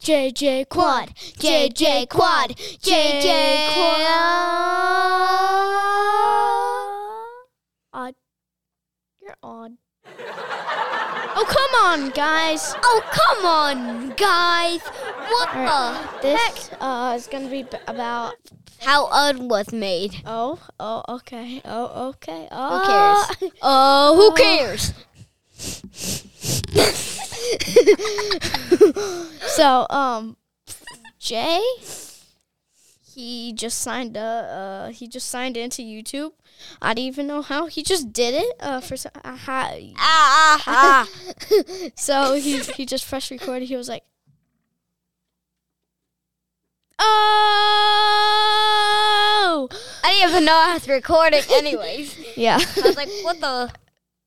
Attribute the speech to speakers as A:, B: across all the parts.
A: JJ Quad, JJ Quad, JJ Quad. Odd. You're odd. oh, come on, guys.
B: Oh, come on, guys. What the?
A: This uh, is going to be b- about.
B: How odd was made.
A: Oh, oh, okay. Oh, okay.
B: Who
A: Oh.
B: cares? Oh, who
A: Oh.
B: cares?
A: So, um, Jay, he just signed uh, uh he just signed into YouTube. I don't even know how he just did it. Uh, for so- uh, how,
B: Ah, ah, ah.
A: so he he just fresh recorded. He was like, oh
B: I didn't even know I was recording, anyways.
A: yeah.
B: I was like, what the?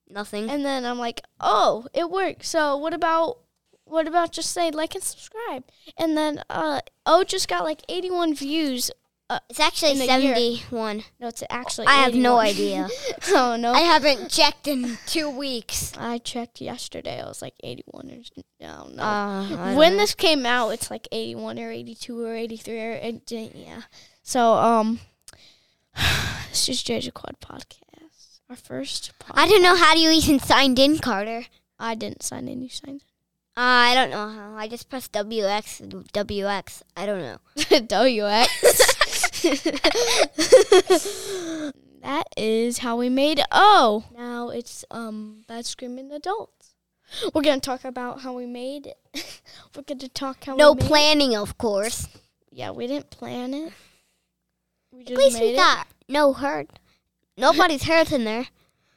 B: Nothing.
A: and then I'm like, oh, it worked. So what about what about just say like and subscribe? And then uh oh, just got like 81 views.
B: It's actually
A: In a year.
B: 71.
A: No, it's actually
B: I have no
A: 81.
B: idea.
A: oh no.
B: I haven't checked in two weeks.
A: I checked yesterday. I was like 81 or s- no, no.
B: Uh,
A: when this came out, it's like 81 or 82 or 83 or it didn't, yeah. So um, this is JJ Quad podcast. Our first podcast.
B: I don't know how you even signed in, Carter.
A: I didn't sign any signs.
B: Uh, I don't know how. I just pressed WX and WX. I don't know.
A: WX. that is how we made O. Now it's um bad screaming adults. We're gonna talk about how we made it. We're gonna talk how
B: No
A: we made it.
B: planning, of course.
A: Yeah, we didn't plan it. We
B: At
A: just
B: least
A: made
B: we
A: it.
B: got no hurt. Nobody's hurt in there.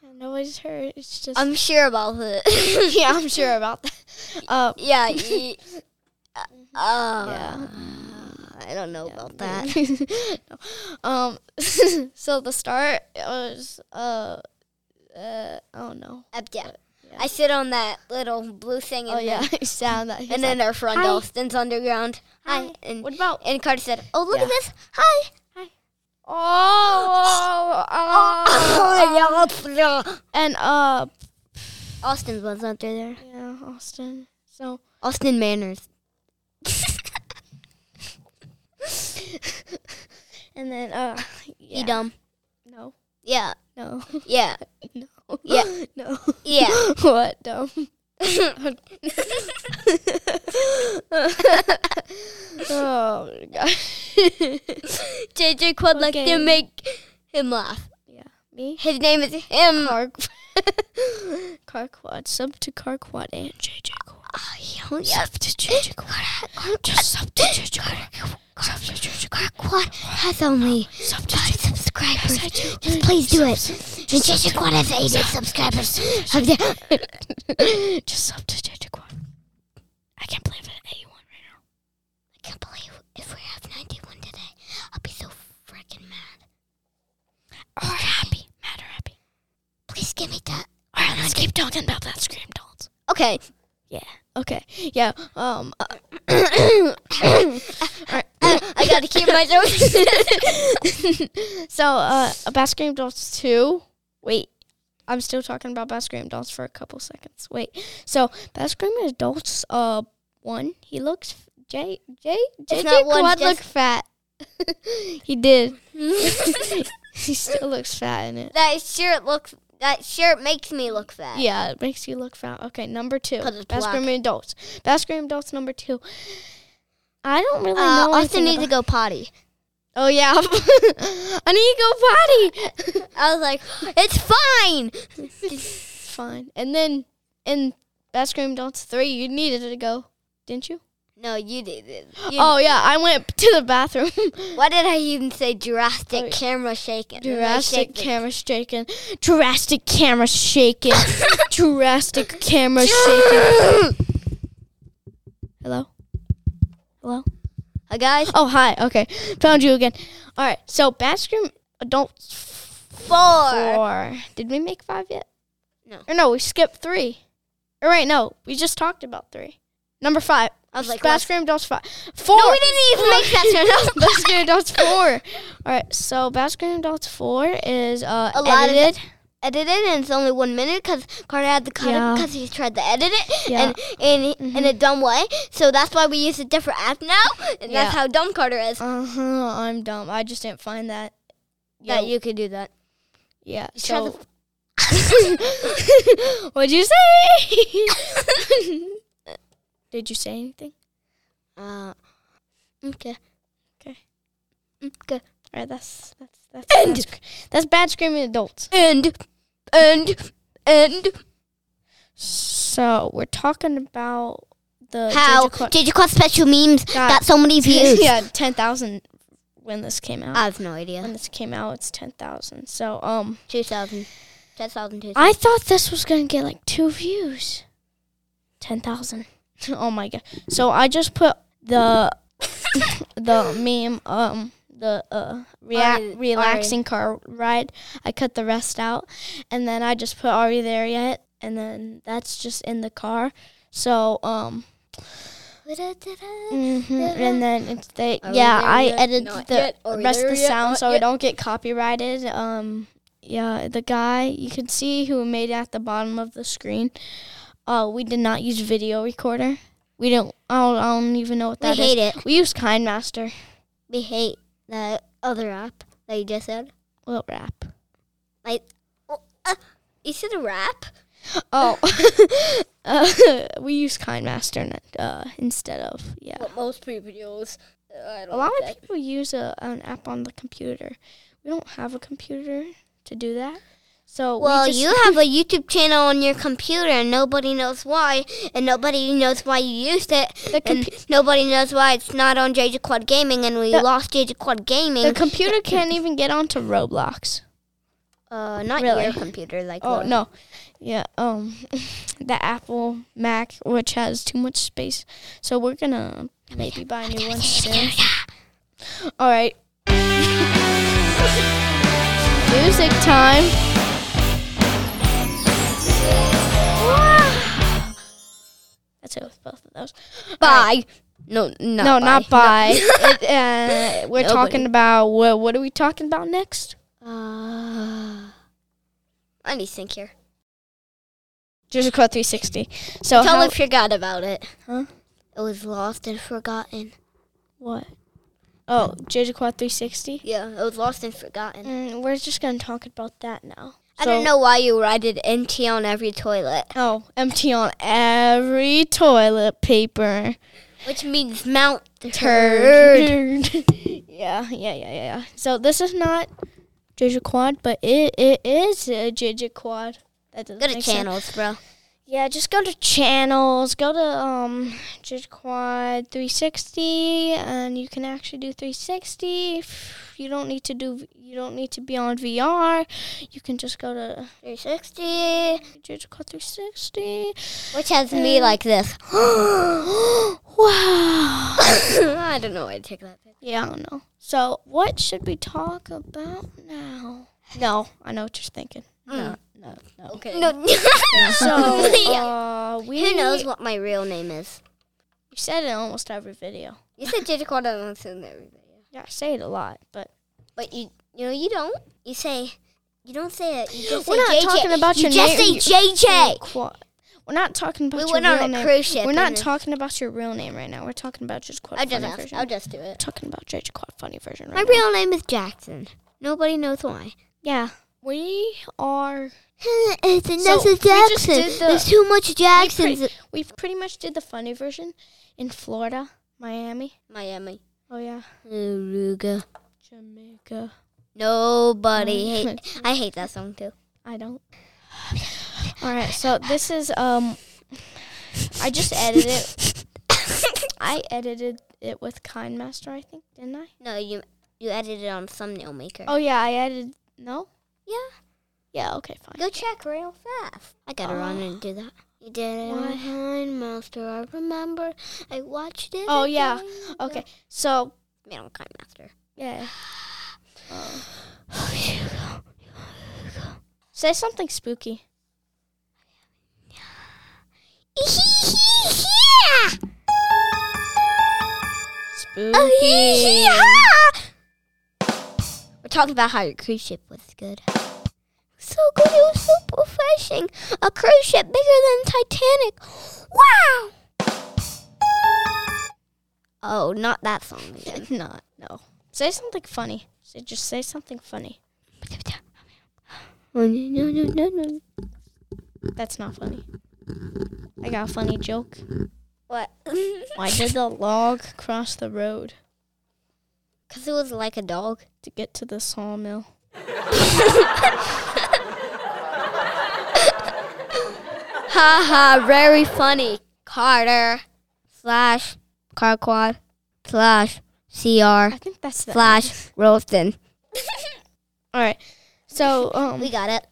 A: And Nobody's hurt. It's just
B: I'm sure about it.
A: yeah, I'm sure about that. Uh,
B: yeah. ye- uh,
A: Yeah.
B: I don't know about that.
A: No. Um, so the start was uh, uh, oh no.
B: Uh, yeah.
A: Yeah.
B: I sit on that little blue thing.
A: Oh
B: and
A: yeah,
B: then-
A: he sound that. he's
B: And then
A: like,
B: our friend
A: "Hi."
B: Austin's underground. Hi.
A: Hi.
B: And
A: what about?
B: and Carter said, "Oh, look
A: Yeah.
B: at this. Hi."
A: Oh, oh, and uh,
B: Austin was under there.
A: yeah, Austin. So
B: Austin Manners.
A: and then uh,
B: You
A: yeah.
B: dumb.
A: No,
B: Yeah.
A: no,
B: Yeah.
A: no,
B: Yeah.
A: no.
B: Yeah.
A: what dumb? oh my gosh.
B: JJ Quad like
A: Okay.
B: to make him laugh.
A: yeah, me.
B: His name is him.
A: Car, car quad. Sub to car quad and JJ quad.
B: Yeah.
A: Sub to JJ quad. Just sub to JJ quad. Sub to JJ quad.
B: Quad has only
A: Sub to
B: five
A: JJ
B: subscribers.
A: I do.
B: Just please do it. And JJ Quad has 80 subscribers.
A: quad. Just sub to JJ quad. I can't believe it. 81 right now.
B: I can't believe if we have 91 today, I'll be so freaking mad.
A: Or happy. Mad or happy.
B: Please give me that.
A: All right, let's keep talking about that scream dolls.
B: Okay.
A: Okay. Yeah. Um. uh,
B: I gotta keep my jokes.
A: so, uh, Bass Scream Dolls 2. Wait. I'm still talking about Bass Scream Dolls for a couple seconds. Wait. So, Bass Scream Dolls uh, 1, he looks. f- Jay, Jay, Jay, Jay
B: not one,
A: Quad
B: just-
A: look fat. he did. he still looks fat in it.
B: that shirt looks. That shirt makes me look fat.
A: Yeah, it makes you look fat. Okay, number two.
B: 'Cause it's
A: Bass
B: black.
A: Scream Adults. Bass Scream Adults number two. I don't really
B: Uh,
A: know.
B: Austin
A: anything
B: needs to
A: about-
B: go potty.
A: Oh yeah, I need to go potty.
B: I was like, it's fine.
A: Fine. And then in Bass Scream Adults 3, you needed to go, didn't you?
B: No, you did it. You-
A: Oh, yeah. I went to the bathroom.
B: Why did I even say Jurassic
A: Oh, yeah.
B: camera shaking? And I
A: Jurassic
B: shake the-
A: camera shaking. Jurassic camera shaking. Jurassic camera shaking. Hello? Hello?
B: Uh, guys,
A: Oh, hi. Okay. Found you again. All right. So, Bass Scream Adults
B: four.
A: 4. Did we make 5 yet?
B: No.
A: Or no, we skipped 3. Or wait, no. We just talked about 3. Number 5.
B: I was like,
A: Bass
B: what?
A: Scream Adults 5. 4.
B: no, we didn't even make that turn.
A: Bass Scream Adults 4. All right, so Bass Scream Adults 4 is uh,
B: A lot of-
A: edited
B: edited and it's only one minute because Carter had to cut
A: Yeah.
B: it because he tried to edit it
A: Yeah. Mm-hmm.
B: and in in a dumb way. So that's why we use a different app now, and
A: Yeah.
B: that's how dumb Carter is
A: Uh huh. I'm dumb. I just didn't find that.
B: that
A: Yo,
B: you could do that.
A: yeah.
B: try
A: So, what'd you say? Did you say anything?
B: Uh, okay.
A: Okay.
B: Okay.
A: All right. That's that's that's bad
B: End.
A: sc- that's bad screaming adults.
B: And and and
A: So we're talking about the
B: how
A: Georgia Cla-
B: did you call special memes
A: Got-
B: got so many views?
A: yeah ten thousand when this came out.
B: I have no
A: when
B: idea.
A: this came out, it's ten thousand. So um,
B: 2000. 2000.
A: I thought this was gonna get like two views. Ten thousand. oh my god. So I just put the the meme um the uh
B: Ari-
A: rea-
B: Ari.
A: relaxing car ride. I cut the rest out, and then I just put "Are you there yet?" and then that's just in the car. So um,
B: Ah. Mm.
A: mhm, and then it's they
B: Are we
A: yeah
B: there
A: I
B: yet?
A: edited
B: Not
A: the
B: yet. Are we
A: rest of
B: there
A: the
B: yet?
A: sound
B: Not
A: so
B: yet.
A: it don't get copyrighted. Um, yeah, the guy you can see who made it at the bottom of the screen. Uh, we did not use video recorder. We don't. I don't, I don't even know what
B: We
A: that is.
B: hate it.
A: We used KindMaster.
B: We hate the other app that you just said.
A: We'll rap.
B: Like, oh, uh, you said a rap?
A: Oh, uh, we use KindMaster n- uh, instead of yeah.
B: What most people use. I don't
A: A lot of people use a, an app on the computer. We don't have a computer to do that. So we
B: Well,
A: just-
B: you have a YouTube channel on your computer, and nobody knows why, and nobody knows why you used it,
A: The
B: and nobody knows why it's not on JJ Quad Gaming, and we
A: The-
B: lost JJ Quad Gaming.
A: the computer can't even get onto Roblox.
B: uh, not
A: Really?
B: your computer, like uh,
A: Oh
B: the-
A: no, yeah. Um, the Apple Mac, which has too much space, so we're gonna maybe buy a new one soon. All right. Music time. That's it with both of those.
B: Bye. No, not
A: no,
B: bye.
A: not by. it, uh, we're
B: Nobody.
A: talking about what? What are we talking about next?
B: Uh, I need to think here.
A: Just a Quad 360. So Oh, how-
B: totally forgot about it.
A: Huh?
B: It was lost and forgotten.
A: What? Oh, JJ Quad 360?
B: Yeah, it was lost and forgotten.
A: Mm, we're just going to talk about that now.
B: I don't know why you writed NT on every toilet,
A: Oh, empty on every toilet paper.
B: which means Mount Turd.
A: Turd. yeah, yeah, yeah, yeah, yeah. So this is not JJ Quad, but it, it is a JJ Quad. That doesn't
B: Go to
A: make sense.
B: channels, bro.
A: Yeah, just go to channels. Go to um Judge Quad 360, and you can actually do 360. If You don't need to do. You don't need to be on VR. You can just go to
B: 360,
A: Judge Quad 360.
B: which has me like this.
A: wow.
B: I don't know why I take that. picture.
A: Yeah, I don't know. So, what should we talk about now? No, I know what you're thinking. No, no, no.
B: Okay. Mm. No.
A: So,
B: Yeah.
A: uh, we
B: Who knows what my real name is?
A: You said it in almost every video.
B: You said Jada Carter on every video.
A: Yeah, I say it a lot, but
B: But you, you know, you don't. You say, you don't say it. You just
A: We're
B: say
A: not
B: JJ.
A: talking about
B: you
A: your
B: just
A: name.
B: say JJ.
A: Qua- We're not talking about
B: We
A: your
B: went
A: real
B: on a
A: name.
B: cruise ship.
A: We're not
B: and-
A: talking about your real name right now. We're talking about just quad
B: I'll
A: funny
B: just ask.
A: version.
B: I'll just do
A: We're
B: it.
A: talking about just quad funny version
B: My
A: right now.
B: real name is Jackson. Nobody knows why.
A: Yeah, we are.
B: it's
A: we
B: another
A: just
B: Jackson.
A: did the-
B: There's too much
A: We,
B: Jacksons.
A: pre- we pretty much did the funny version in Florida, Miami.
B: Miami,
A: Oh yeah,
B: Aruga.
A: Jamaica.
B: Nobody
A: Mm.
B: hate. I hate that song too.
A: I don't. All right, so this is um. I just edited. it. I edited it with KindMaster, I think, didn't I?
B: No, you you edited it on thumbnail maker.
A: Oh yeah, I edited. No.
B: yeah.
A: Yeah. Okay. Fine.
B: Go check real fast. I gotta run and do that. You did it
A: Why?
B: on Hind Oh. Master. I remember. I watched it.
A: Oh, yeah.
B: again.
A: Okay. So
B: Man on Kind Master.
A: yeah. Say something spooky. Spooky.
B: Oh,
A: Oh,
B: We're talking about how your cruise ship was good. so good. It was so refreshing. A cruise ship bigger than Titanic. Wow. Oh, not that song again.
A: Not no. Say something funny. Say, just say something funny. That's not funny. I got a funny joke.
B: What?
A: Why did the log cross the road
B: Because it was like a dog.
A: to get to the sawmill?
B: Haha, very funny. Carter slash Carquad slash CR
A: I think that's the
B: slash Rolston.
A: All right. So um
B: We got it.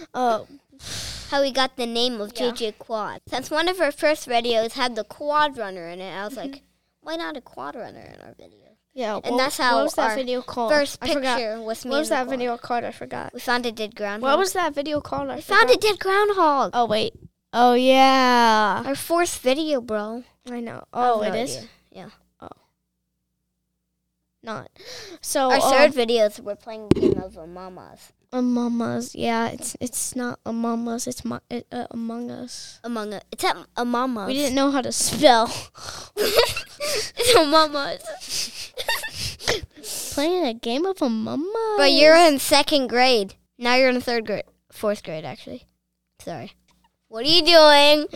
A: uh
B: How we got the name of
A: Yeah.
B: JJ Quad. Since one of our first videos had the quad runner in it, I was like,
A: Mm-hmm.
B: why not a quad runner in our video?
A: yeah.
B: And
A: what-
B: that's how
A: what was that
B: our
A: video called?
B: First
A: Oh, I forgot.
B: picture was me.
A: What was
B: and the
A: that
B: quad.
A: video called? I forgot.
B: We found a dead groundhog.
A: What was that video called? I
B: we found a
A: forgot.
B: dead groundhog.
A: Oh wait. Oh yeah.
B: Our fourth video, bro.
A: I know. Oh,
B: I have
A: it
B: no
A: is
B: idea. Yeah.
A: not. So
B: Our
A: um,
B: third videos were playing Game of Mamas.
A: Amamas, yeah, it's it's not Amamas, it's mo- it, uh, Among Us.
B: Among Us. It's at Amamas.
A: We didn't know how to spell.
B: it's Amamas.
A: Playing a game of Among Us.
B: but you're in second grade. Now you're in third grade. Fourth grade, actually. Sorry. What are you doing?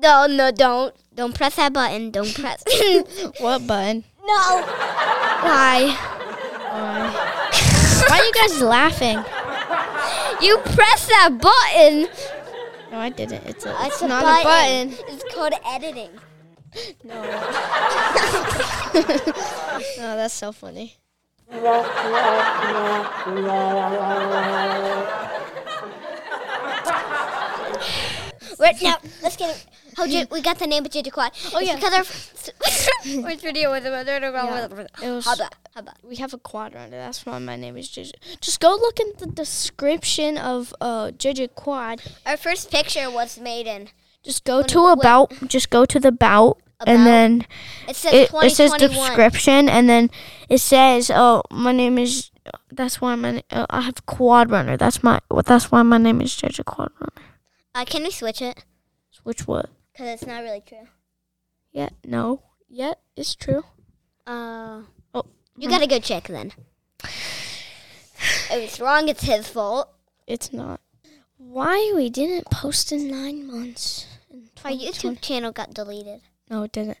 B: no, no, don't. Don't press that button. Don't press. no.
A: what button?
B: Why?
A: Why? Why are you guys laughing?
B: You press that button.
A: No, I didn't. It's, a,
B: That's
A: it's not a button.
B: It's called editing.
A: No. no, Oh, that's so funny.
B: Right now, let's get it. Oh, J- we got the name of J.J. Quad. Oh,
A: yeah.
B: Because our f- first video was about
A: It was-
B: How about? How about?
A: We have a quad runner. That's why my name is JJ. Just go look in the description of uh, JJ Quad.
B: Our first picture was made in.
A: Just go
B: When-
A: to
B: when-
A: about. Just go to the about,
B: About?
A: and then
B: It says
A: it, it says
B: 2021.
A: description, and then it says, "Oh, my name is." That's why my na- uh, I have Quad Runner. That's my. Well, that's why my name is JJ Quad Runner.
B: uh, can we switch it?
A: Which what?
B: Because it's not really true.
A: Yeah. No. Yeah, it's true.
B: Uh,
A: Oh.
B: you gotta go check then. it was wrong. It's his fault.
A: It's not. Why we didn't post in nine months? in
B: Our
A: 2020?
B: YouTube channel got deleted.
A: No, it didn't.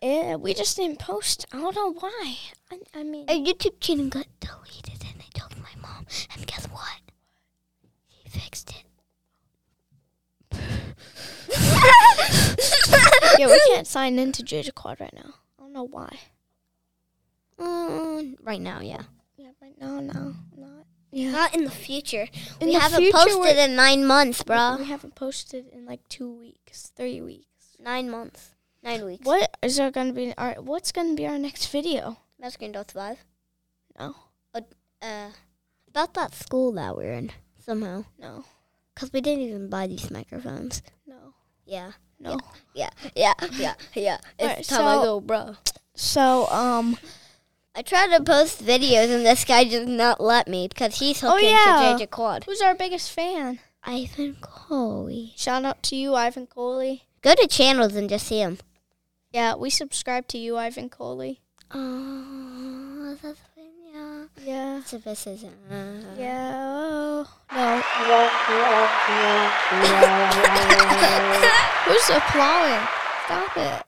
A: Yeah, we just didn't post. I don't know why. I, I mean,
B: Our YouTube channel got deleted, and I told my mom. And guess what? He fixed it.
A: yeah, we can't sign into JJ Quad right now. I don't know why.
B: Um, right now, yeah.
A: Mm, Yeah, right now, no, not. Yeah.
B: Not in the future.
A: In
B: we
A: the
B: haven't
A: future,
B: posted
A: we're- Mm-hmm.
B: in nine months,
A: We
B: bro.
A: haven't posted in like two weeks, three weeks.
B: Nine months. Nine weeks.
A: What is there gonna be? Our, what's gonna be our next video?
B: Mouse Green Dot Survive.
A: No,
B: Uh, about that school that we're in somehow.
A: no,
B: Because we didn't even buy these microphones.
A: no,
B: Yeah.
A: no.
B: Yeah. Yeah. Yeah. Yeah. It's
A: Alright,
B: time
A: so-
B: I go, bro.
A: So, um,
B: I tried to post videos and this guy did not let me because he's
A: Oh,
B: hooking
A: yeah.
B: to JJ Quad.
A: who's our biggest fan?
B: Ivan Coley.
A: Shout out to you, Ivan Coley.
B: Go to channels and just see him.
A: Yeah, we subscribe to you, Ivan Coley.
B: Oh, that's yeah.
A: Yeah.
B: So this is uh,
A: Yeah. No. Who's applauding? Stop it.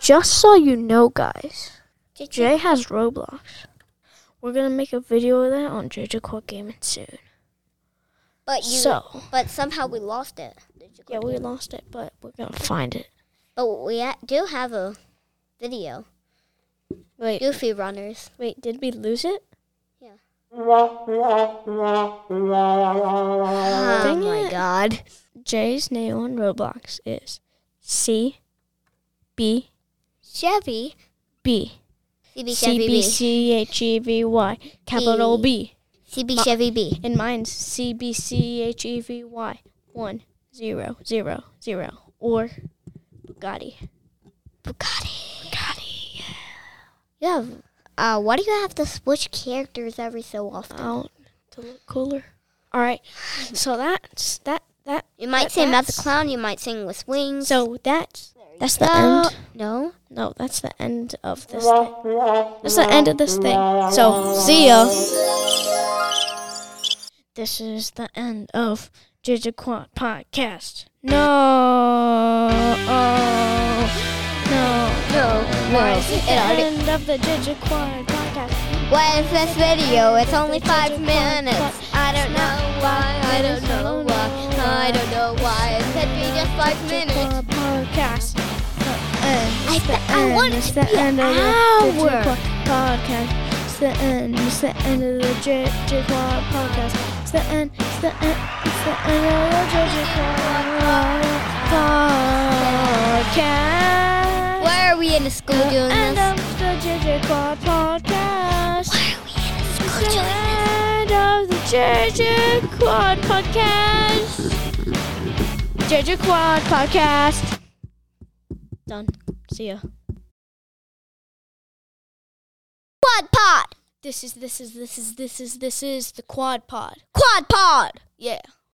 A: Just so you know, guys, Jay has Roblox. We're gonna make a video of that on JJ Quad Gaming soon.
B: But you,
A: So
B: but somehow we lost it.
A: yeah, we lost it, but we're gonna find it.
B: But Oh, we ha- do have a video.
A: Wait,
B: Goofy Runners.
A: wait, did we lose it?
B: Oh
A: Dang
B: my
A: it.
B: god.
A: Jay's name on Roblox is C B
B: Chevy.
A: B
B: CB
A: C
B: Chevy
A: B
B: B.
A: C H E V Y capital B.
B: CB Chevy B.
A: And mine's C B C H E V Y one zero zero zero or Bugatti.
B: Bugatti. You have. Uh, why do you have to switch characters every so often?
A: out to look cooler. All right. So that's that that.
B: you might
A: that-
B: sing about the
A: that's-
B: clown. You might sing with wings.
A: So that's that's the
B: No,
A: end.
B: No.
A: No, that's the end of this thing. That's the end of this thing. So see ya. This is the end of Jijiquat podcast. No. No.
B: No.
A: Why is it the
B: It already.
A: end of the Jijiquat podcast?
B: Why is this video? It's only five minutes. I don't know why. I don't know why. I don't know why. It could be just five minutes.
A: Jijiquat podcast. The end.
B: I, I
A: end.
B: want it
A: It's
B: to
A: the
B: be
A: end
B: an
A: of the
B: hour.
A: Jigglypuff podcast. It's the end. It's the end of the Jigglypuff podcast. It's the end. It's the end. It's the end of the Jigglypuff podcast.
B: Why are we in the school
A: The
B: doing
A: end
B: this?
A: of the Jigglypuff podcast.
B: Why are we in the
A: It's
B: school
A: the
B: doing this?
A: end of the JJ Quad podcast. JJ Quad podcast. Done. See ya.
B: Quad pod.
A: This is this is this is this is this is the quad pod.
B: Quad pod.
A: Yeah.